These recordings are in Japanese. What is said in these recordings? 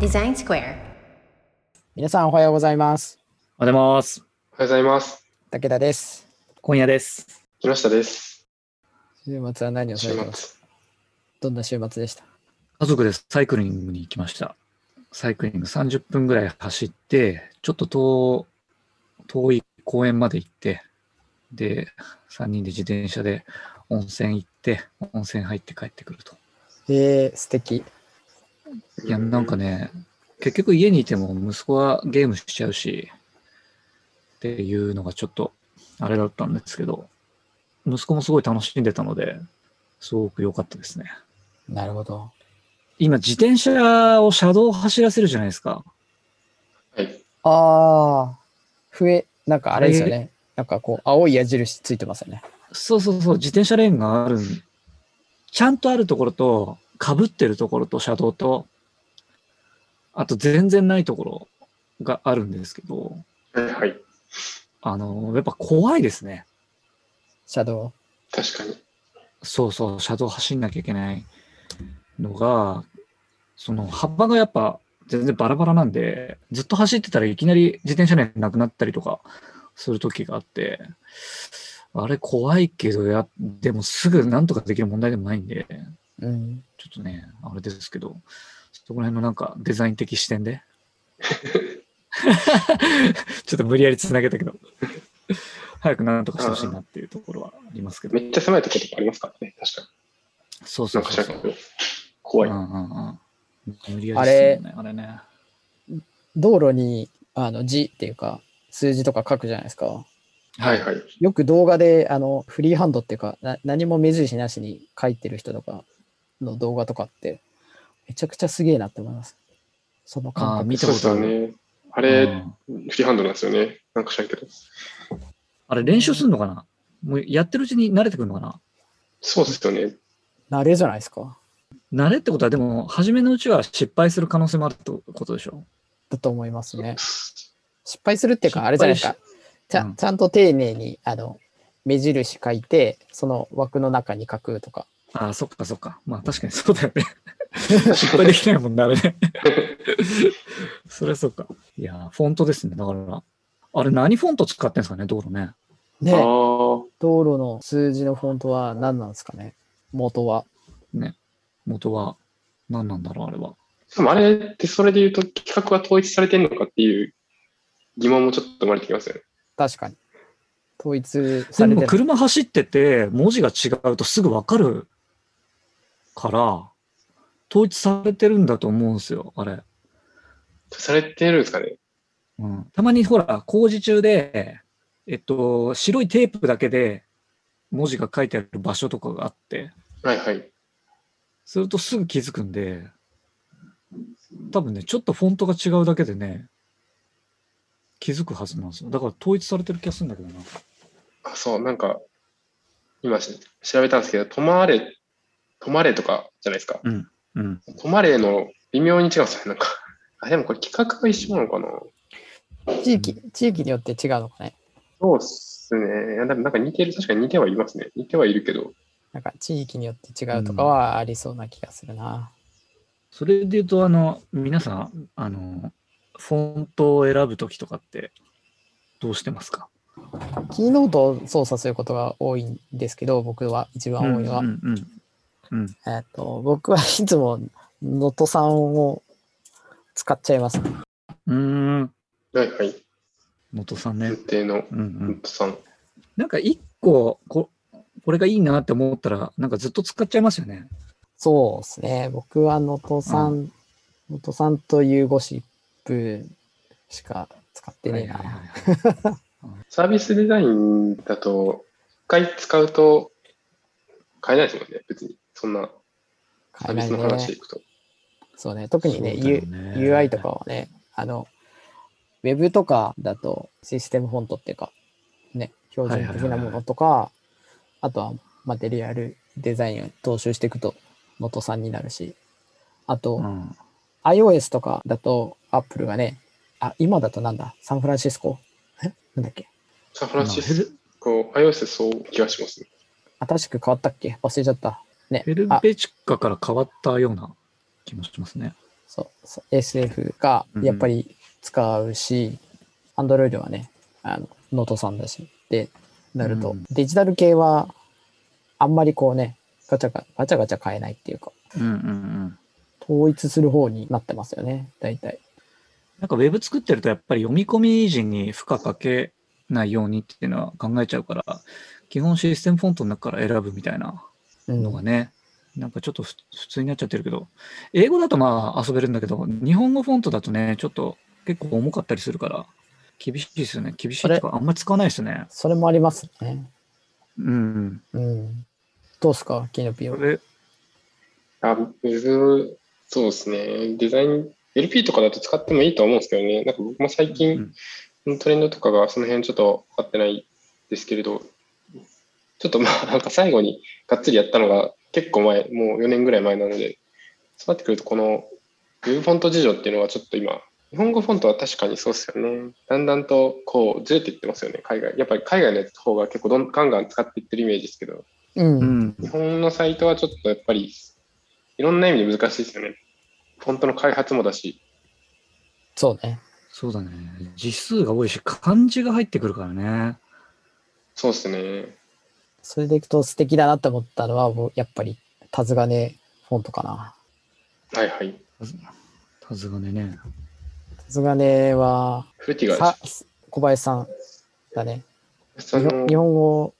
デザインスクエア。皆さんおはようございます。おはようございます。おはようございます。武田です。今夜です。木下です。週末は何をさ週れ末てます。どんな週末でした家族でサイクリングに行きました。サイクリング30分ぐらい走って、ちょっと遠遠い公園まで行って、で、3人で自転車で温泉行って、温泉入って帰ってくると。えー、素敵。いや、なんか。ね、結局家にいても息子はゲームしちゃうし、っていうのがちょっとあれだったんですけど、息子もすごい楽しんでたので、すごく良かったですね。なるほど。今、自転車を車道を走らせるじゃないですか。はい。ああ、笛、なんかあれですよね。なんかこう、青い矢印ついてますよね。そうそうそう、自転車レーンがあるん、ちゃんとあるところと、かぶってるところと車道と、あと全然ないところがあるんですけど、はい、はい。あの、やっぱ怖いですね。車道。確かに。そうそう、車道走んなきゃいけないのが、その幅がやっぱ全然バラバラなんで、ずっと走ってたらいきなり自転車レーンなくなったりとかする時があって、あれ怖いけどや、でもすぐなんとかできる問題でもないんで、うん。ちょっとね、あれですけど、そこら辺のなんかデザイン的視点 で、ちょっと無理やりつなげたけど、早くなんとかしてほしいなっていうところはありますけど、めっちゃ狭いところとかありますからね。確かに。そうそなうんかそう車そう。間怖い。うんあうんうん。無理やありれっすよね、あれね。道路に、あの、字っていうか、数字とか書くじゃないですか。はいはい。よく動画で、あの、フリーハンドっていうか、な何も目印なしに書いてる人とかの動画とかって、めちゃくちゃすげえなって思います。その感あー覚。見たそうことあですよる。ね。あうれ、んフリーハンドなんですよね。なんか知らんけど。あれ練習するのかなもうやってるうちに慣れてくるのかなそうですよね。慣れじゃないですか。慣れってことは、でも、初めのうちは失敗する可能性もあるってことでしょだと思いますね。失敗するっていうか、あれじ失ゃないですか。敗しちゃ,、うんちゃんと丁寧に、あの、目印書いて、その枠の中に書くとか。ああ、そっかそっか。まあ確かにそうだ よね。失敗できないもんな、あれね。そりゃそうか。いやー、フォントですね。だから、あれ何フォント使ってんですかね、道路ね。ねあ、あ。道路の数字のフォントは何なんですかね元は。元は。何なんだろう、あれは。でもあれってそれで言うと企画は統一されてるのかっていう疑問もちょっと生まれてきますよね。確かに。統一でされもてる。車走ってて、文字が違うとすぐわかるから、統一されてるんだと思うんですよ、あれ。されてるんですかね。うん、たまにほら、工事中で、えっと、白いテープだけで文字が書いてある場所とかがあって、はいはい。するとすぐ気づくんで、多分ね、ちょっとフォントが違うだけでね、気づくはずなんですよ。だから統一されてる気がするんだけどな。あ、そう、なんか、今し調べたんですけど、止まれ、止まれとかじゃないですか。うん。止まれの微妙に違うんですよね。なんか。あ、でもこれ企画が一緒なのかな。地域、地域によって違うのかねそうっすね。いやでもなんか似てる、確かに似てはいますね。似てはいるけど。なんか地域によって違うとかはありそうな気がするな。それで言うと、あの、皆さん、あの、フォントを選ぶときとかって、どうしてますかキーノートを操作することが多いんですけど、僕は一番多いのは。うんうんうんうん。えっと、僕はいつもノトさんを使っちゃいます。うーん。はいはい。能登さんね。運転の、うんうん運。転さん。なんか一個こ、これがいいなって思ったら、なんかずっと使っちゃいますよね。そうですね。僕は能登さん、能登さんというゴシップしか使ってねえはいはいな。はいはいサービスデザインだと、一回使うと買えないですもんね。別に。そんなサ買えービなスいの話ね。でいくと。そうね。特にねそうだよ U、UI とかはね、あの、ウェブとかだとシステムフォントっていうか、ね、標準的なものとか、あとはマテリアルデザインを踏襲していくと能登さんになるし、あと、うん。 iOS とかだと Apple がね、あ、今だとなんだサンフランシスコえなんだっけサンフランシスコ、iOS でそう気がしますね。新しく変わったっけ忘れちゃった。ねヘル。あ、ベチカから変わったような気もしますね。そうそう SF がやっぱり使うし、Android はね、あのノートさんだし、で、なると、うんデジタル系はあんまりこうね、ガチャガガチャガチャ変えないっていうか、うんうんうん。統一する方になってますよね、大体。なんかウェブ作ってるとやっぱり読み込み時に負荷かけないようにっていうのは考えちゃうから、基本システムフォントの中から選ぶみたいなうんのがね、なんかちょっとふ普通になっちゃってるけど、英語だとまあ遊べるんだけど、日本語フォントだとね、ちょっと結構重かったりするから、厳しいですよね。厳しいとか、あんまり使わないですね。それもありますね。うん。うん。どうすか、キノピこオ。れ、あ、ウェブ、そうですね。デザイン、LP とかだと使ってもいいと思うんですけどね。なんか僕も最う近んのトレンドとかがその辺ちょっと分かってないですけれど、ちょっとまあ なんか最後にがっつりやったのが結構前、もう4年ぐらい前なので、そうなってくるとこのウェブフォント事情っていうのはちょっと今、日本語フォントは確かにそうですよね。だんだんとこうずれていってますよね、海外。やっぱり海外のやつの方が結構どんガンガン使っていってるイメージですけど、うん。ううんん。日本のサイトはちょっとやっぱりいろんな意味で難しいですよね。フォントの開発もだし。そうね。そうだね。字数が多いし、漢字が入ってくるからね。そうですね。それでいくと素敵だなって思ったのは、もうやっぱり、タズガネフォントかな。はいはい。たずがねね。タズガネは、フルティガーさ小林さんだね。そ日本日の本語、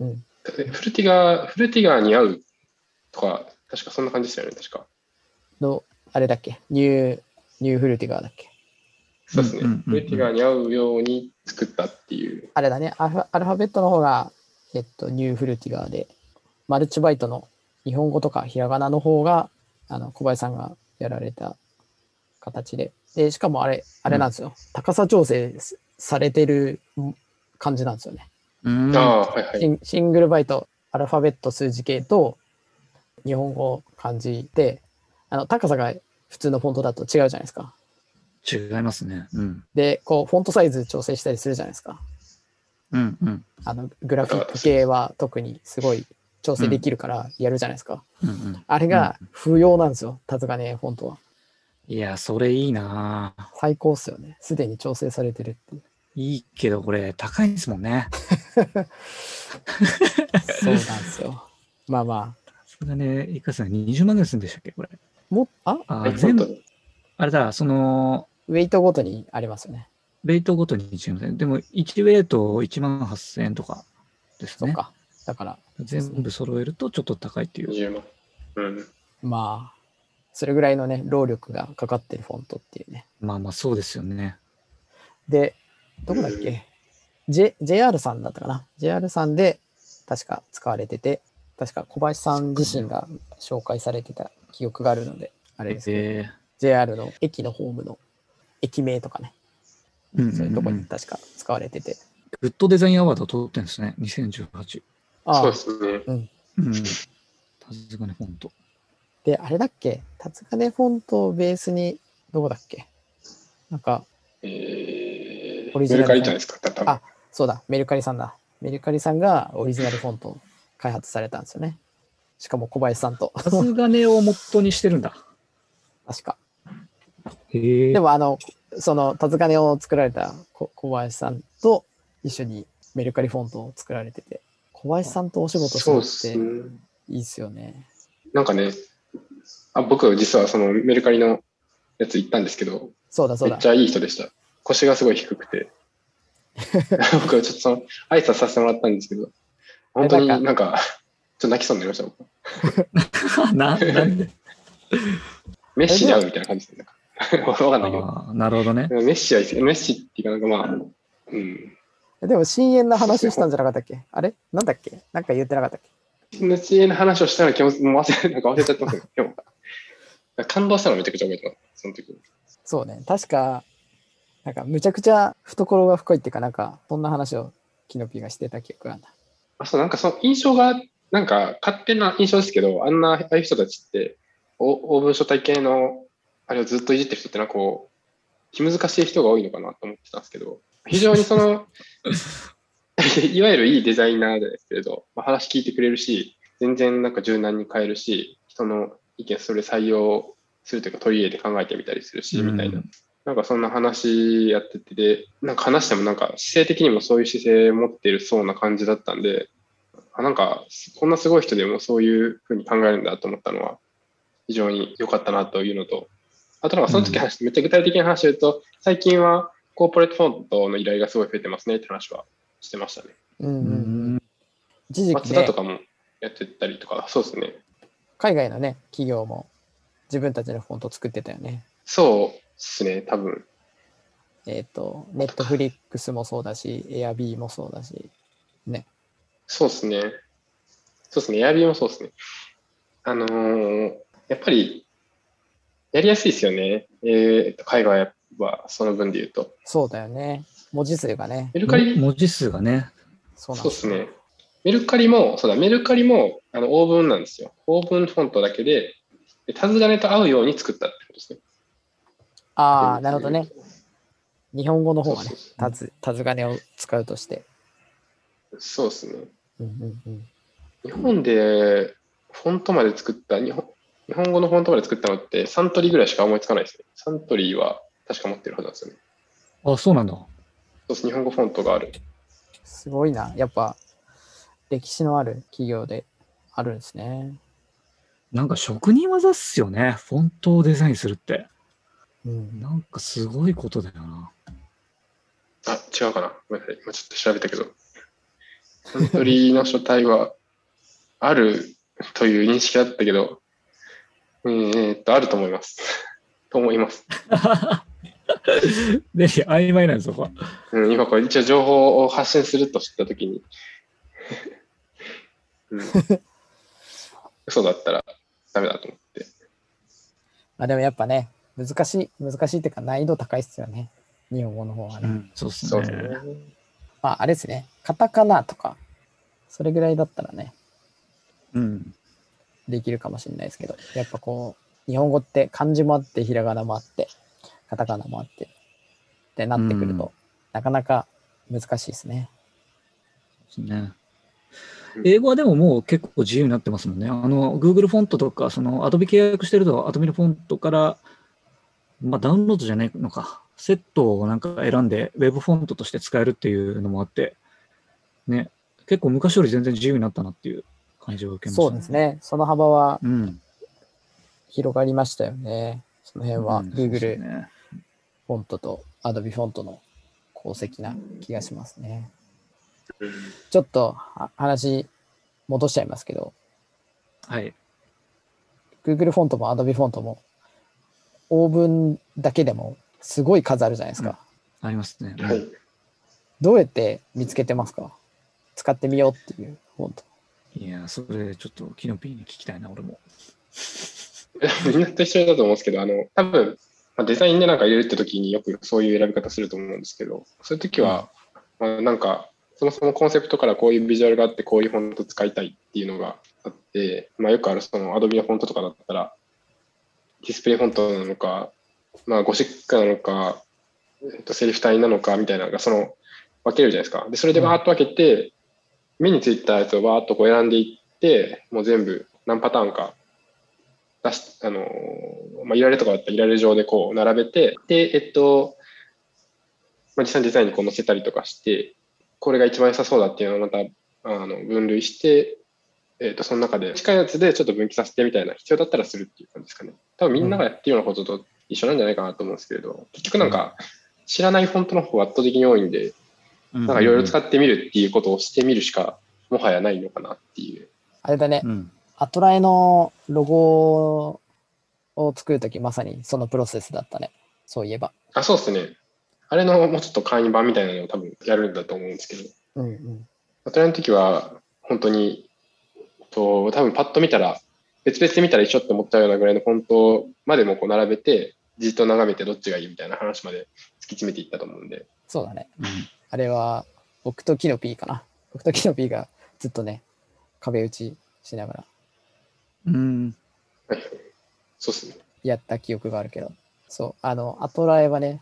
うん、フルティガー、フルティガーに合うとか、確かそんな感じでしたよね、確か。の、あれだっけ、ニュー、ニューフルティガーだっけ。そうですね。うんうんうんうんフルティガーに合うように作ったっていう。あれだね、アルファアルファベットの方が、えっと、ニューフルティガーで、マルチバイトの日本語とかひらがなの方が、あの、小林さんがやられた形で。で、しかもあれ、あれなんですよ。高さ調整すされてる感じなんですよね。うん。ああ、はいはシい。ンシングルバイト、アルファベット数字系と、日本語漢字で、あの、高さが普通のフォントだと違うじゃないですか。違いますね。うん。で、こう、フォントサイズ調整したりするじゃないですか。うんうん。あのグラフィック系は特にすごい調整できるからやるじゃないですか。うんうん、あれが不要なんですよ、タズガネフォントは。いや、それいいなぁ最高っすよね。すでに調整されてるっていう。いいけど、これ、高いですもんね。そうなんです よ。まあまあ。それがね、いくらさん、20万ぐらいするんでしたっけ、これ。もああはいー、全ちょ部っ、あれだ、その、ウェイトごとにありますよね。ベイトごとに違うんだよでも、1ウェイト1万8000円とかですそっね。か。だから、全部揃えるとちょっと高いっていとう。 20万。うん。まあ、それぐらいのね、労力がかかってるフォントっていうね。まあまあ、そうですよね。で、どこだっけ、J、?JR さんだったかな ?JR さんで確か使われてて、確か小林さん自身が紹介されてた記憶があるので、あれですけど。え JR の駅のホームの駅名とかね、ーうんそういうとこうんうにん確か使われてて。グッドデザインアワード通ってるんですね、2018。あそうあですね。うん。たずがね、ほんと。で、あれだっけ、タツカネフォントをベースに、どこだっけなんか、オえー、リメジナルルカリじゃないですか、多分あそうだ、メルカリさんだ。メルカリさんがオリジナルフォントを開発されたんですよね。しかも小林さんと、たずがねをモットにしてるんだ。確か。へえ。でも、あの、その、タツカネを作られたこ小林さんと一緒にメルカリフォントを作られてて、小林さんとお仕事そうっすするってね。いいっすよね。なんかね、あ僕実はそのメルカリのやつ行ったんですけど、そうだそうめっだち。ゃいい人でした。腰がすごい低くて。僕はちょっとその挨拶させてもらったんですけど、本当になんかなんか、ちょっと泣きそうになりました。僕ななんでメッシに会うみたいな感じで、なんかわかんないけど。ああ、なるほどね。メッシはいいですメッシっていうか、なんかまあ、うん。でも、深淵の話したんじゃなかったっけあれなんだっけなんか言ってなかったっけメッシの話をしたら気持ち、もう忘れ、なんか忘れちゃってますけど、でも感動したのめちゃくちゃ覚えてます、その時。そうね。確か、なんか、むちゃくちゃ懐が深いっていうか、なんか、そんな話をキノピーがしてた記憶があるな。あそう、なんかその印象が、なんか勝手な印象ですけど、あんな、ああいう人たちって、お大文書体系の、あれをずっといじってる人ってなんかこう、気難しい人が多いのかなと思ってたんですけど、非常にその、 いわゆるいいデザイナーですけれど、まあ、話聞いてくれるし、全然なんか柔軟に変えるし、人の意見それ採用するというか取り入れて考えてみたりするし、みたいなう。んなんかそんな話やっててで、なんか話してもなんか姿勢的にもそういう姿勢持ってるそうな感じだったんで、あなんかこんなすごい人でもそういうふうに考えるんだと思ったのは非常に良かったなというのと、あとなんかその時話して、めっちゃ具体的な話を言うと、最近はコーポレートフォントの依頼がすごい増えてますねって話はしてましたね。うんううんうんん一時期、松田ねと、かもやってたりとか、そうですね。海外のね、企業も自分たちのフォント作ってたよね。そうですね、多分。えっ、と、ネットフリックスもそうだし、Airb もそうだし、そうですね。そうですね。Airb もそうですね。あのーやっぱり、やりやすいですよね。えーと、海外はその分で言うと。そうだよね。文字数がね、メルカリ、文字数がね。そうなんそでうですすよね。メルカリも、そうだ、メルカリも、あの、オーブンなんですよ。オーブンフォントだけで、でタズガネと合うように作ったってことですね。ああ、なるほどね。。日本語の方がねそうそうそ、うタズタズガネを使うとして。そうですね。うんうんうん、日本でフォントまで作った日本、日本語のフォントまで作ったのってサントリーぐらいしか思いつかないですね。サントリーは確か持ってるはずなんですよね。あ、そうなんだ。そうです、日本語フォントがある。すごいな。やっぱ、歴史のある企業であるんですね。なんか職人技っすよね。フォントをデザインするって。うん、なんかすごいことだよな。あ、違うかな。ごめんなさい。今ちょっと調べたけど。サントリーの書体はあるという認識だったけど、えーっと、あると思います。と思います。で、曖昧なんですよ、そこは。うん、今これ一応情報を発信すると知ったときに、うん、嘘だったらダメだと思って。まあでもやっぱね、難しい、難しいっていうか難易度高いっすよね。日本語の方がね。そうっすね。そうですね。まああれですね、カタカナとか、それぐらいだったらね、うん。できるかもしれないですけど、やっぱこう、日本語って漢字もあって、ひらがなもあって、カタカナもあって、ってなってくると、うなかなか難しいですね。そうっすね英語はでももう結構自由になってますもんね。あの、Google フォントとか、その Adobe 契約してると Adobe のフォントから、まあダウンロードじゃないのか。セットをなんか選んで、ウェブフォントとして使えるっていうのもあって、ね、結構昔より全然自由になったなっていう感じを受けました、そうです。ね、その幅はうん。広がりましたよね。その辺はうんそうっす Google ねフォントと Adobe フォントの功績な気がしますね。うんちょっとは話戻しちゃいますけど、はい。 Google フォントも Adobe フォントも、オーブンだけでもすごい数あるじゃないですか。うんありますね。はい。どうやって見つけてますか使ってみようっていうフォント。いや、それちょっとキノピーに聞きたいな、俺も。 みんなと一緒だと思うんですけど、あの、多分、まあ、デザインでなんか入れるって時によくそういう選び方すると思うんですけど、そういう時は、まあ、なんか、そもそもコンセプトからこういうビジュアルがあって、こういうフォント使いたいっていうのがあって、まあ、よくあるその Adobe のフォントとかだったら、ディスプレイフォントなのか、まあ、ゴシックなのか、えっと、セリフ体なのかみたいなのが、その、分けるじゃないですか。で、それでバーっと分けて、目についたやつをバーっとこう選んでいって、もう全部何パターンか出し、あのー、まあ、いられとかだったらいられ上でこう並べて、で、えっと、まあ、実際にデザインにこう載せたりとかして、これが一番良さそうだっていうのをまた、あの、分類して、えっと、その中で近いやつでちょっと分岐させてみたいな必要だったらするっていう感じですかね。多分みんながやってるようなことと一緒なんじゃないかなと思うんですけれど、結局なんか知らないフォントの方が圧倒的に多いんで、ななんかいろいろ使っってみるっていうことをしてみるしかもはやないのかなっていう。あれだね、うん。アトラエのロゴを作るとき、まさにそのプロセスだったね。そういえば。あ、そうですね。あれのもうちょっと簡易版みたいなのを多分やるんだと思うんですけど、うんうん。アトライの時は本当に、と多分パッと見たら、別々で見たら一緒って思ったようなぐらいのフォントまでもこう並べて、じっと眺めてどっちがいいみたいな話まで突き詰めていったと思うんで、そうだね。うんあれは、僕とキノピーかな。僕とキノピーがずっとね、壁打ちしながらうん。そうですね。やった記憶があるけど。そう、あの、アトラエはね、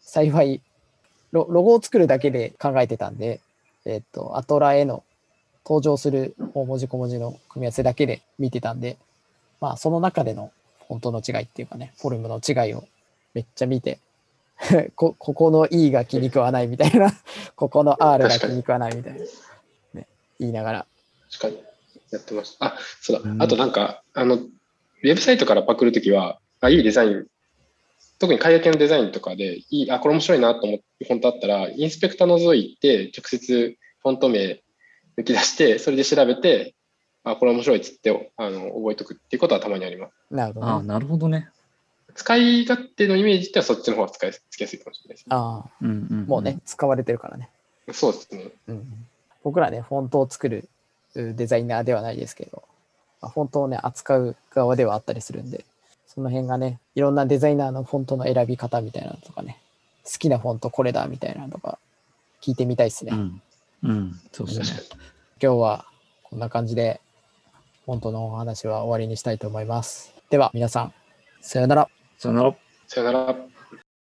幸いロ、ロゴを作るだけで考えてたんで、えっ、と、アトラエの登場する大文字小文字の組み合わせだけで見てたんで、まあ、その中でのフ音の違いっていうかね、フォルムの違いをめっちゃ見て、 こここの E が気に食わないみたいな、 ここの R が気に食わないみたいな、ね、言いながら。確かに。やってました。あ、そうだ。あとなんか、あの、ウェブサイトからパクるときは、あ、いいデザイン、特に解約のデザインとかで、いい、あ、これ面白いなと思って、フォントあったら、インスペクタ覗いて、直接フォント名抜き出して、それで調べて、あ、これ面白いっつって、あの、覚えとくっていうことはたまにあります。なるほあど、あ、ね。なるほどね。使い勝手のイメージってはそっちの方が使いつきやすいかもしれないですね。ああ、うんうん、もうね、。使われてるからね。そうですね。うん、僕らね、フォントを作るうデザイナーではないですけど、まあフォントをね、扱う側ではあったりするんで、その辺がね、いろんなデザイナーのフォントの選び方みたいなのとかね、好きなフォントこれだみたいなのとか、聞いてみたいですね。うん。うん、そうですね。今日はこんな感じで、フォントのお話は終わりにしたいと思います。では、皆さん、さようなら。そのさよなら。